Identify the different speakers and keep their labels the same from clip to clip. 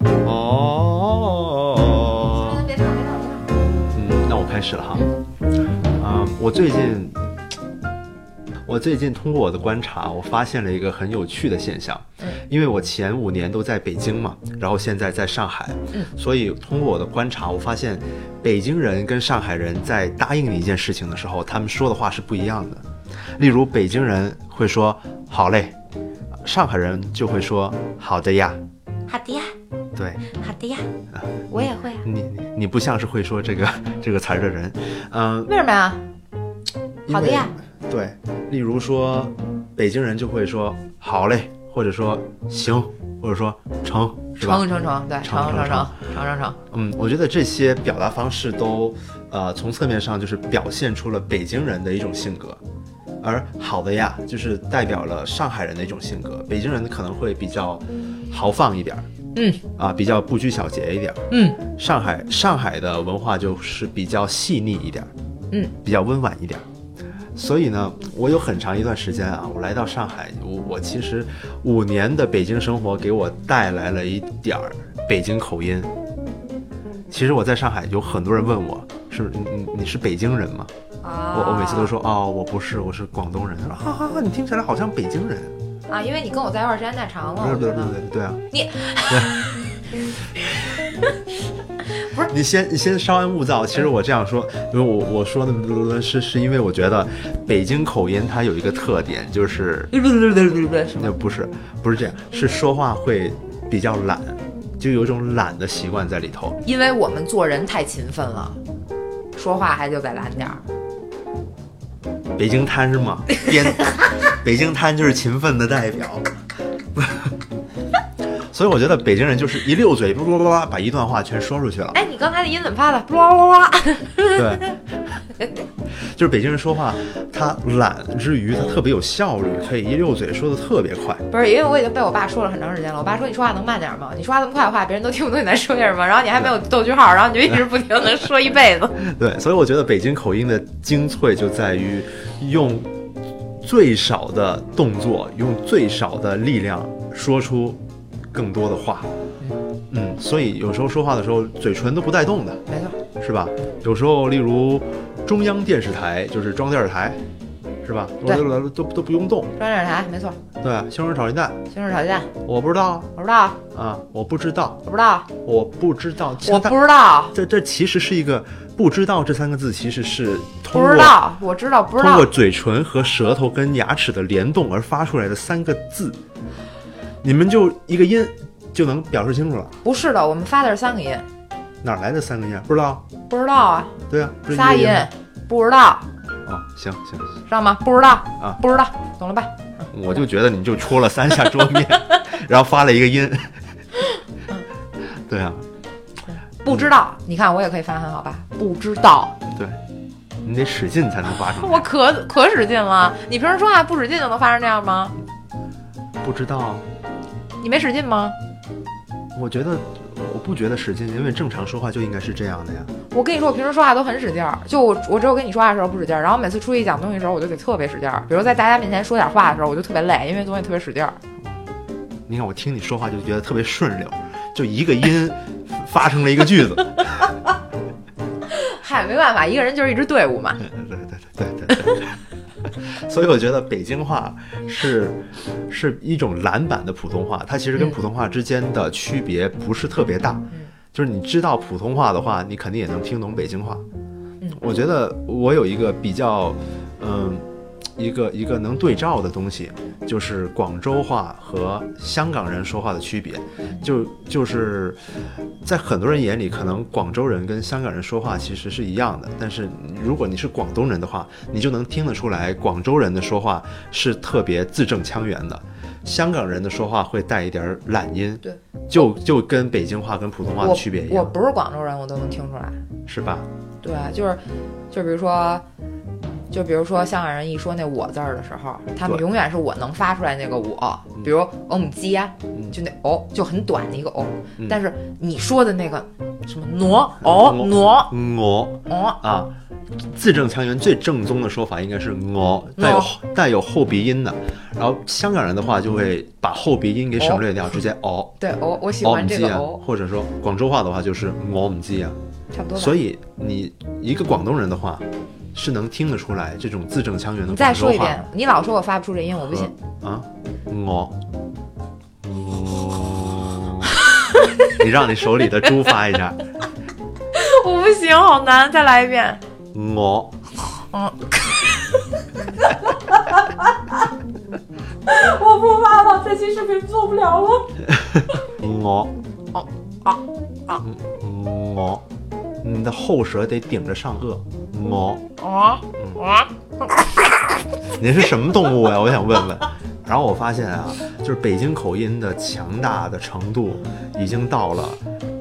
Speaker 1: 哦开始了哈。嗯，我最近，我最近通过我的观察，我发现了一个很有趣的现象。因为我前五年都在北京嘛，然后现在在上海，所以通过我的观察，我发现北京人跟上海人在答应你一件事情的时候，他们说的话是不一样的。例如，北京人会说“好嘞”，上海人就会说“好的呀
Speaker 2: 好的呀，”。
Speaker 1: 对，
Speaker 2: 好的呀，我也会啊。
Speaker 1: 你你你不像是会说这个这个词儿的人，嗯、
Speaker 2: 为什么呀？好的呀
Speaker 1: 因为。对，例如说，北京人就会说“好嘞”，或者说“行”，或者说“成”，是吧？
Speaker 2: 成成成，对，
Speaker 1: 成
Speaker 2: 成
Speaker 1: 成
Speaker 2: 成成成成成。
Speaker 1: 嗯，我觉得这些表达方式都，呃，从侧面上就是表现出了北京人的一种性格，而好的呀，就是代表了上海人的一种性格。北京人可能会比较豪放一点儿，
Speaker 2: 嗯
Speaker 1: 啊，比较不拘小节一点儿。
Speaker 2: 嗯
Speaker 1: 上海上海的文化就是比较细腻一点儿，
Speaker 2: 嗯，
Speaker 1: 比较温婉一点儿。所以呢，我有很长一段时间啊，我来到上海，我我其实五年的北京生活给我带来了一点儿北京口音。其实我在上海有很多人问我，是不是你你你是北京人吗？我
Speaker 2: 我
Speaker 1: 我每次都说哦，我不是，我是广东人。他说哈哈哈，你听起来好像北京人。
Speaker 2: 啊，因为你跟我在一块儿时间太长了，
Speaker 1: 对
Speaker 2: 我
Speaker 1: 对
Speaker 2: 觉
Speaker 1: 对
Speaker 2: 得
Speaker 1: 对对啊！
Speaker 2: 你
Speaker 1: 不是你先你先稍安勿躁。其实我这样说，因为我我说的是是因为我觉得北京口音它有一个特点，就是
Speaker 2: 对对对对对，什
Speaker 1: 那
Speaker 2: 么？
Speaker 1: 不是不是这样，是说话会比较懒，就有一种懒的习惯在里头。
Speaker 2: 因为我们做人太勤奋了，说话还就得懒点儿。
Speaker 1: 北京瘫是吗？边北京瘫就是勤奋的代表。 所以我觉得北京人就是一溜嘴，叭叭叭叭把一段话全说出去了。
Speaker 2: 哎，你刚才的音怎么发的？啦啦啦！
Speaker 1: 对， 就是北京人说话，他懒之余，他特别有效率，可以一溜嘴说的特别快。
Speaker 2: 不是，因为我已经被我爸说了很长时间了。我爸说你说话能慢点吗？你说话这么快的话，别人都听不懂你在说些什么。然后你还没有逗句号，然后你就一直不停的说一辈子。
Speaker 1: 对，所以我觉得北京口音的精粹就在于用最少的动作，用最少的力量说出更多的话。嗯，所以有时候说话的时候，嘴唇都不带动的，
Speaker 2: 没错，
Speaker 1: 是吧？有时候，例如中央电视台，就是中央电视台，是吧？
Speaker 2: 对
Speaker 1: 都都都不用动。
Speaker 2: 中央电视台没错，
Speaker 1: 对，西红柿炒鸡蛋，
Speaker 2: 西红柿炒鸡蛋，
Speaker 1: 我不知道
Speaker 2: 我不知道，
Speaker 1: 啊，我不知道，
Speaker 2: 我不知道，
Speaker 1: 我不知道。其实
Speaker 2: 我
Speaker 1: 它
Speaker 2: 不知道，
Speaker 1: 这这其实是一个“不知道”这三个字，其实是通
Speaker 2: 不知
Speaker 1: 过
Speaker 2: 道，我知道，不知
Speaker 1: 通
Speaker 2: 道
Speaker 1: 过。嘴唇和舌头跟牙齿的联动而发出来的三个字，你们就一个音就能表示清楚了。
Speaker 2: 不是的，我们发的是三个音，
Speaker 1: 哪来的三个音？不知道。
Speaker 2: 不知道啊，
Speaker 1: 对啊，不是一
Speaker 2: 仨
Speaker 1: 个
Speaker 2: 音
Speaker 1: 音吗。，
Speaker 2: 不知道，
Speaker 1: 哦，行行，行
Speaker 2: 知道吗？不知道
Speaker 1: 啊，
Speaker 2: 不知道，懂了吧？
Speaker 1: 我就觉得你就戳了三下桌 面，然后发了一个音。对啊，
Speaker 2: 不知道，
Speaker 1: 嗯
Speaker 2: 你看我也可以发很好吧？不知道，
Speaker 1: 对，你得使劲才能发出
Speaker 2: 我
Speaker 1: 来。
Speaker 2: 可可使劲了。你平时说话不使劲就能发成这样吗？
Speaker 1: 不知道，
Speaker 2: 你没使劲吗？
Speaker 1: 我觉得我不觉得使劲，因为正常说话就应该是这样的呀。
Speaker 2: 我跟你说，我平时说话都很使劲儿，就我我只有跟你说话的时候不使劲儿，然后每次出去讲东西的时候，我就得特别使劲儿。比如在大家面前说点话的时候，我就特别累，因为东西特别使劲儿。
Speaker 1: 你看我听你说话就觉得特别顺溜，就一个音发成了一个句子。
Speaker 2: 嗨，没办法，一个人就是一支队伍嘛。
Speaker 1: 对对对对对对对。所以我觉得北京话是是一种懒版的普通话，它其实跟
Speaker 2: 嗯
Speaker 1: 普通话之间的区别不是特别大。就是你知道普通话的话，你肯定也能听懂北京话。
Speaker 2: 嗯
Speaker 1: 我觉得我有一个比较，嗯，一个一个能对照的东西，就是广州话和香港人说话的区别。就就是在很多人眼里，可能广州人跟香港人说话其实是一样的，但是如果你是广东人的话，你就能听得出来，广州人的说话是特别字正腔圆的，香港人的说话会带一点儿懒音。
Speaker 2: 对，
Speaker 1: 就就跟北京话跟普通话的
Speaker 2: 我
Speaker 1: 区别一
Speaker 2: 我
Speaker 1: 样，
Speaker 2: 不是广州人，我都能听出来。
Speaker 1: 是吧？
Speaker 2: 对，就是，就比如说，就比如说香港人一说那“我”字儿的时候，他们
Speaker 1: 对
Speaker 2: 永远是我能发出来那个“我
Speaker 1: 嗯”，
Speaker 2: 比如“我们鸡”，
Speaker 1: 嗯
Speaker 2: 就那“哦”就很短的一个“哦
Speaker 1: 嗯”，
Speaker 2: 但是你说的那个什么“挪”“哦”“挪
Speaker 1: 我”“
Speaker 2: 哦
Speaker 1: 啊，字正腔圆最正宗的说法应该是我，带
Speaker 2: 哦
Speaker 1: 有后带有后鼻音的。然后香港人的话就会把后鼻音给省略掉，直接哦”，
Speaker 2: 对“哦”，我喜哦
Speaker 1: 哦
Speaker 2: 欢
Speaker 1: 唔
Speaker 2: 这
Speaker 1: 知
Speaker 2: 个“
Speaker 1: 啊
Speaker 2: 哦，
Speaker 1: 或者说广州话的话就是我唔知啊，”
Speaker 2: 差不多吧。
Speaker 1: 所以你一个广东人的话，是能听得出来这种字正腔圆的
Speaker 2: 你再
Speaker 1: 广州
Speaker 2: 说
Speaker 1: 话。
Speaker 2: 一遍，你老说我发不出这音，我不信。
Speaker 1: 啊，我， 你让你手里的猪发一下，
Speaker 2: 我不行，好难，再来一遍。
Speaker 1: 我，
Speaker 2: 嗯，我不发了，这期视频做不了了。
Speaker 1: 我，嗯
Speaker 2: 哦啊啊
Speaker 1: 我，你的后舌得顶着上颚，我，
Speaker 2: 啊
Speaker 1: 嗯
Speaker 2: 啊！
Speaker 1: 你是什么动物呀、我想问问。然后我发现啊，就是北京口音的强大的程度已经到了，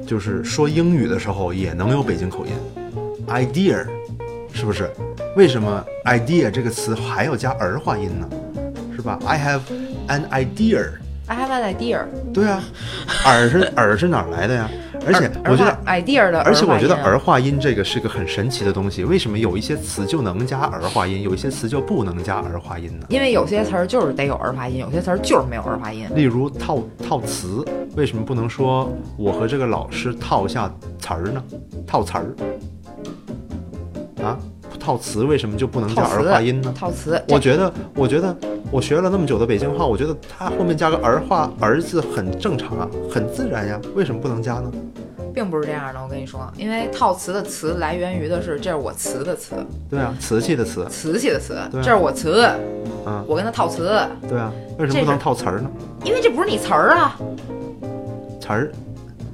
Speaker 1: 就是说英语的时候也能有北京口音。idea，是不是？为什么 idea 这个词还要加儿化音呢？是吧？I have an idea。
Speaker 2: I have an idea，
Speaker 1: 对啊，耳是耳是哪儿来的呀？而且我觉得，
Speaker 2: idea 的，
Speaker 1: 而且我觉得
Speaker 2: 啊
Speaker 1: 儿，化音啊这个是个很神奇的东西。为什么有一些词就能加儿化音，有一些词就不能加儿化音呢？
Speaker 2: 因为有些词儿就是得有儿化音，有些词儿就是没有儿化音。
Speaker 1: 例如套套词，为什么不能说我和这个老师套下词儿呢？套词儿啊，套词为什么就不能加
Speaker 2: 套词
Speaker 1: 儿化音呢？
Speaker 2: 套词，
Speaker 1: 我觉得，我觉得我学了那么久的北京话，我觉得它后面加个儿化儿字很正常啊，很自然呀，为什么不能加呢？
Speaker 2: 并不是这样的。我跟你说，因为套词的词来源于的是这是我词的词，
Speaker 1: 对啊，瓷器的瓷，
Speaker 2: 瓷器的词，
Speaker 1: 对啊
Speaker 2: 这是我词，
Speaker 1: 啊，
Speaker 2: 我跟他套词，
Speaker 1: 对啊，为什么不能套词儿呢？
Speaker 2: 因为这不是你词儿啊，
Speaker 1: 词儿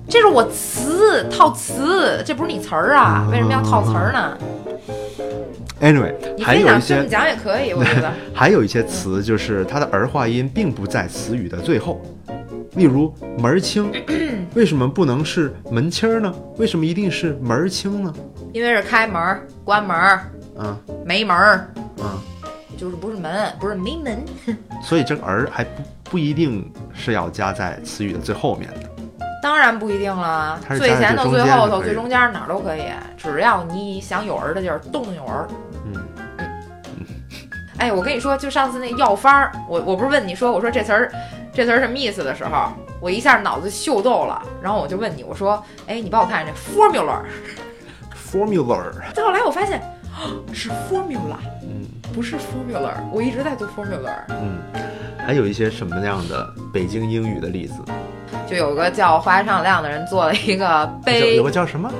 Speaker 2: 这是我词套词，这不是你词儿啊，为什么要套词儿呢？
Speaker 1: ，anyway，
Speaker 2: 你
Speaker 1: 啊还
Speaker 2: 非
Speaker 1: 有一
Speaker 2: 想这么
Speaker 1: 些
Speaker 2: 讲也可以，我觉 得。
Speaker 1: 还有一些词就是它的儿化音并不在词语的最后，例如门儿清，为什么不能是门清儿呢？为什么一定是门儿清呢？
Speaker 2: 因为是开门儿、关门儿、
Speaker 1: 啊
Speaker 2: 没门儿，
Speaker 1: 啊，
Speaker 2: 就是不是门，不是没门。
Speaker 1: 所以这个儿还不不一定是要加在词语的最后面的。
Speaker 2: 当然不一定了
Speaker 1: 它，是
Speaker 2: 最前头、最后头、
Speaker 1: 夹在
Speaker 2: 最
Speaker 1: 最中
Speaker 2: 中间儿哪儿都可以，只要你想有儿的地儿动有儿。
Speaker 1: 嗯，
Speaker 2: 哎，我跟你说，就上次那药方儿，我我不是问你说，我说这词儿，这词儿什么意思的时候，我一下脑子秀逗了，然后我就问你，我说，哎，你帮我看看这 formula，
Speaker 1: formula，
Speaker 2: 再后来我发现哦是 formula，
Speaker 1: 嗯
Speaker 2: 不是 formula，我一直在读 formula。
Speaker 1: 嗯，还有一些什么样的北京英语的例子？
Speaker 2: 就有个叫花尚亮的人做了一个
Speaker 1: 有
Speaker 2: 杯
Speaker 1: 有个叫什么？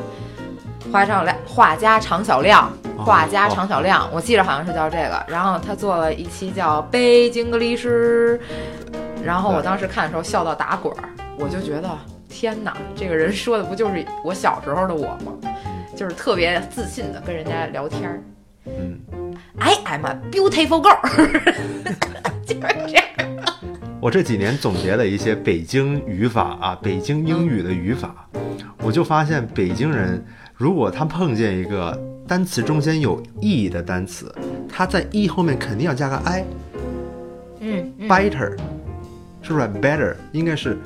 Speaker 2: 画上亮画家常小亮，
Speaker 1: 哦
Speaker 2: 画家常小亮，我记着好像是叫这个。然后他做了一期叫《北京格律师》，然后我当时看的时候笑到打滚儿，我就觉得天哪，这个人说的不就是我小时候的我吗？就是特别自信的跟人家聊天儿
Speaker 1: 嗯，
Speaker 2: ，I am a beautiful girl，就是这样。
Speaker 1: 我这几年总结了一些北京语法啊，北京英语的语法，我就发现北京人如果他碰见一个单词中间有 e 的单词，他在 e 后面肯定要加个 i，better，、
Speaker 2: 嗯，嗯
Speaker 1: Bitter，是不是？better 应该是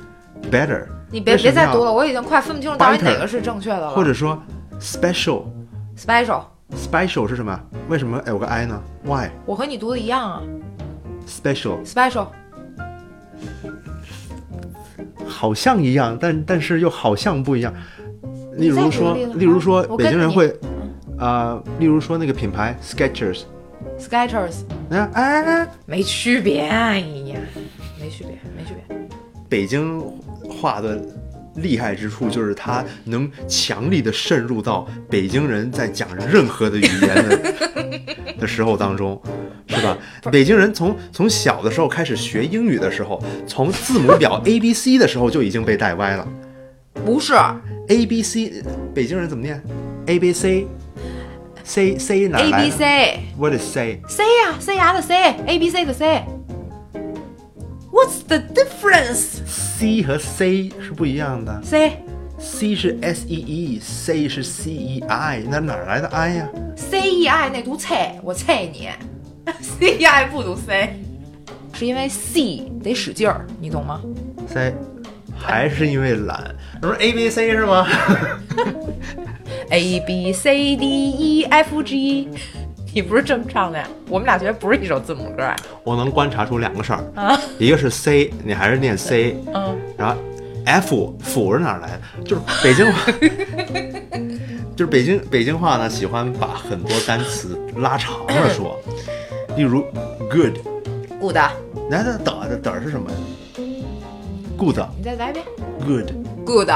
Speaker 1: better，
Speaker 2: 你别
Speaker 1: 为什
Speaker 2: 别
Speaker 1: 么
Speaker 2: 再
Speaker 1: 要
Speaker 2: 读了，我已经快分不清楚到底
Speaker 1: Butter
Speaker 2: 哪个是正确的了。
Speaker 1: 或者说 special。
Speaker 2: special，
Speaker 1: Special 是什么？为什么有个 i 呢？Why
Speaker 2: 我和你读的一样啊
Speaker 1: special
Speaker 2: ，special。
Speaker 1: 好像一样，但但是又好像不一样。例如说，
Speaker 2: 你再举个例子
Speaker 1: 例如说
Speaker 2: 啊，我跟
Speaker 1: 北京人
Speaker 2: 你
Speaker 1: 会，呃，例如说那个品牌 Skechers，
Speaker 2: Skechers
Speaker 1: 那哎哎哎，
Speaker 2: 没区别，哎呀，没区别，没区别。
Speaker 1: 北京话的厉害之处就是它能强力的渗入到北京人在讲任何的语言 的的时候当中，是吧？北京人从从小的时候开始学英语的时候，从字母表 A B C 的时候就已经被带歪了。
Speaker 2: 不是
Speaker 1: A B C，北京人怎么念？A B C，C C 哪
Speaker 2: A
Speaker 1: 来
Speaker 2: B
Speaker 1: 的
Speaker 2: C
Speaker 1: What is C？
Speaker 2: C 呀、c 牙的 C，A B C 的 C。What's the difference?
Speaker 1: C 和 C 是不一样的
Speaker 2: C
Speaker 1: ，C 是 S E E，C 是 C E I，那哪来的 I 呀、
Speaker 2: C E I 那读菜，我菜你。C E I 不读 C，是因为 C 得使劲儿，你懂吗？
Speaker 1: c 还是因为懒，那不是 A B C 是吗？
Speaker 2: A B C D E F G，你 不是这么唱的呀？我们俩学的不是一首字母歌啊。
Speaker 1: 我能观察出两个事儿，一个是 C，你还是念 C，
Speaker 2: 嗯，
Speaker 1: 然后 F 辅是哪儿来的？就是北京话，就是北京北京话呢，喜欢把很多单词拉长了说，例如 good，
Speaker 2: good，
Speaker 1: 来那的的的是什么呀？good
Speaker 2: 你再来一遍
Speaker 1: good
Speaker 2: good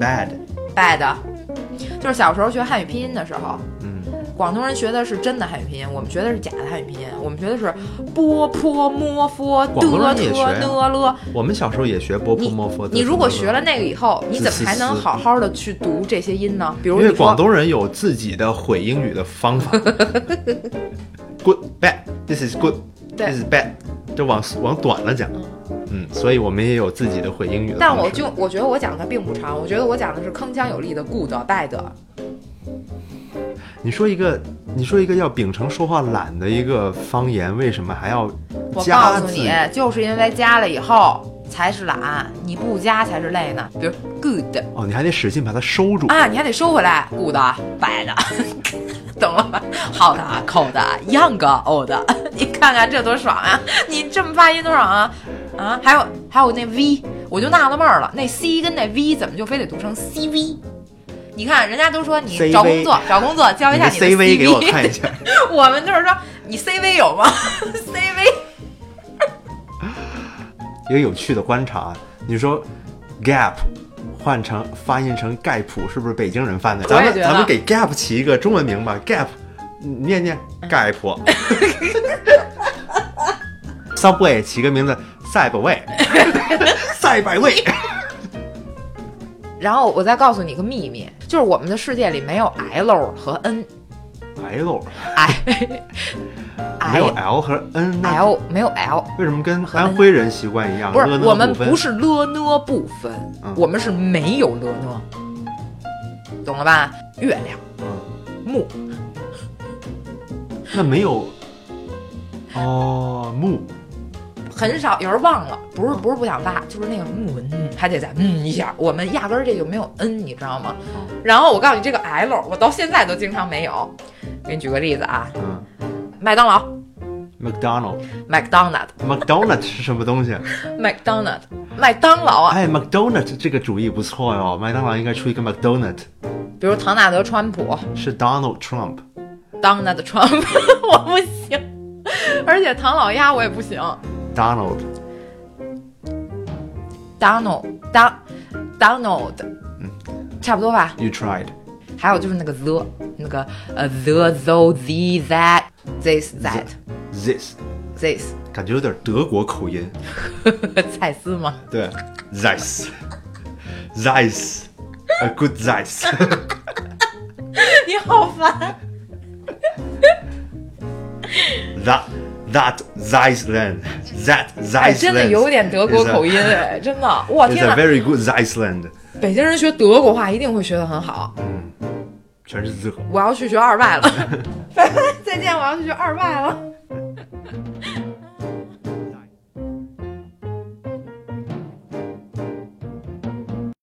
Speaker 1: bad，
Speaker 2: bad，就是小时候学汉语拼音的时候，
Speaker 1: 嗯，
Speaker 2: 广东人学的是真的汉语拼音，我们学的是假的汉语拼音，我们学的是波坡摸佛的
Speaker 1: 广东人也学
Speaker 2: 特
Speaker 1: 啊
Speaker 2: 呢了。
Speaker 1: 我们小时候也学波普
Speaker 2: 你
Speaker 1: 莫佛德
Speaker 2: 你如果学
Speaker 1: 什么
Speaker 2: 了那个以后，你怎么还能好好的去读这些音呢？比如
Speaker 1: 的，因为
Speaker 2: 你
Speaker 1: 广
Speaker 2: 说
Speaker 1: 东人有自己的毁英语的方 法，good bad，this is good，this
Speaker 2: 对
Speaker 1: is bad，就往往短了讲，嗯，所以我们也有自己的毁英语的方式。
Speaker 2: 但我就我觉得我讲的并不长，我觉得我讲的是铿锵有力的 good bad。
Speaker 1: 你说一个，你说一个要秉承说话懒的一个方言，为什么还要
Speaker 2: 我告
Speaker 1: 加
Speaker 2: 诉
Speaker 1: 字？
Speaker 2: 你，就是因为加了以后才是懒，你不加才是累呢。比如 good
Speaker 1: 哦，你还得使劲把它收住。
Speaker 2: 啊，你还得收回来，good bad，懂了吧？好的口的 young old，你 看看这多爽啊！你这么发音多爽啊！啊，还有还有那 v，我就纳了闷儿了，那 c 跟那 v 怎么就非得读成 cv？你看，人家都说你
Speaker 1: CV
Speaker 2: 找工作，找工作交一
Speaker 1: 你
Speaker 2: 下
Speaker 1: 的
Speaker 2: 的 CV，
Speaker 1: CV 给我看一下。
Speaker 2: 我们就是说，你 CV 有吗 ？CV
Speaker 1: 一个有趣的观察，你说 gap 换成发音成盖普，是不是北京人犯的？
Speaker 2: 我
Speaker 1: 咱
Speaker 2: 也
Speaker 1: 们
Speaker 2: 觉得
Speaker 1: 咱们给 gap 起一个中文名吧，gap，嗯念念盖普。Subway 起个名字赛百 味，赛百味。
Speaker 2: 然后我再告诉你一个秘密，就是我们的世界里没有 L 和哎
Speaker 1: L
Speaker 2: N，I
Speaker 1: 没有
Speaker 2: I
Speaker 1: L 和 N，那
Speaker 2: L 没有 L，
Speaker 1: 为什么跟安徽人习惯一样？
Speaker 2: 不是
Speaker 1: 了呢
Speaker 2: 我们
Speaker 1: 分
Speaker 2: 不是了呢不分
Speaker 1: 嗯，
Speaker 2: 我们是没有了呢，懂了吧？月亮
Speaker 1: 嗯
Speaker 2: 木
Speaker 1: 那没有哦木
Speaker 2: 很少，有人忘了，不是不是不想发，就是那个木嗯，还得再嗯一下，我们压根儿这就没有 N，你知道吗？
Speaker 1: 哦
Speaker 2: 然后我告诉你，这个 L 我到现在都经常没有，给你举个例子啊，
Speaker 1: 嗯
Speaker 2: 麦当劳
Speaker 1: McDonald
Speaker 2: McDonald
Speaker 1: McDonald 是什么东西？
Speaker 2: McDonald 麦当劳啊，
Speaker 1: 哎，McDonald 这个主意不错哟，麦当劳应该出一个 McDonald，
Speaker 2: 比如唐纳德·川普、
Speaker 1: 是 Donald Trump。
Speaker 2: Donald Trump，我 不行， 而且唐老鸭我也不行。
Speaker 1: Donald
Speaker 2: Donald，当 Donald，差不
Speaker 1: 嗯
Speaker 2: 多吧。
Speaker 1: You tried，
Speaker 2: 还有就是那个 the，那个呃 the though the that this that
Speaker 1: this
Speaker 2: this，
Speaker 1: 感觉有点德国口音。
Speaker 2: 蔡司吗？
Speaker 1: 对，this，this，a good this。
Speaker 2: 你好烦。
Speaker 1: That that Zeisland that
Speaker 2: 哎，
Speaker 1: Zeisland
Speaker 2: 真的有点德国口
Speaker 1: 音。
Speaker 2: 音哎，真的，哇
Speaker 1: It's
Speaker 2: 天
Speaker 1: a
Speaker 2: 哪！
Speaker 1: very good Zeisland，
Speaker 2: 北京人学德国话一定会学得很好。
Speaker 1: 全是字。
Speaker 2: 我要去学二外了，再见，我要去学二外了。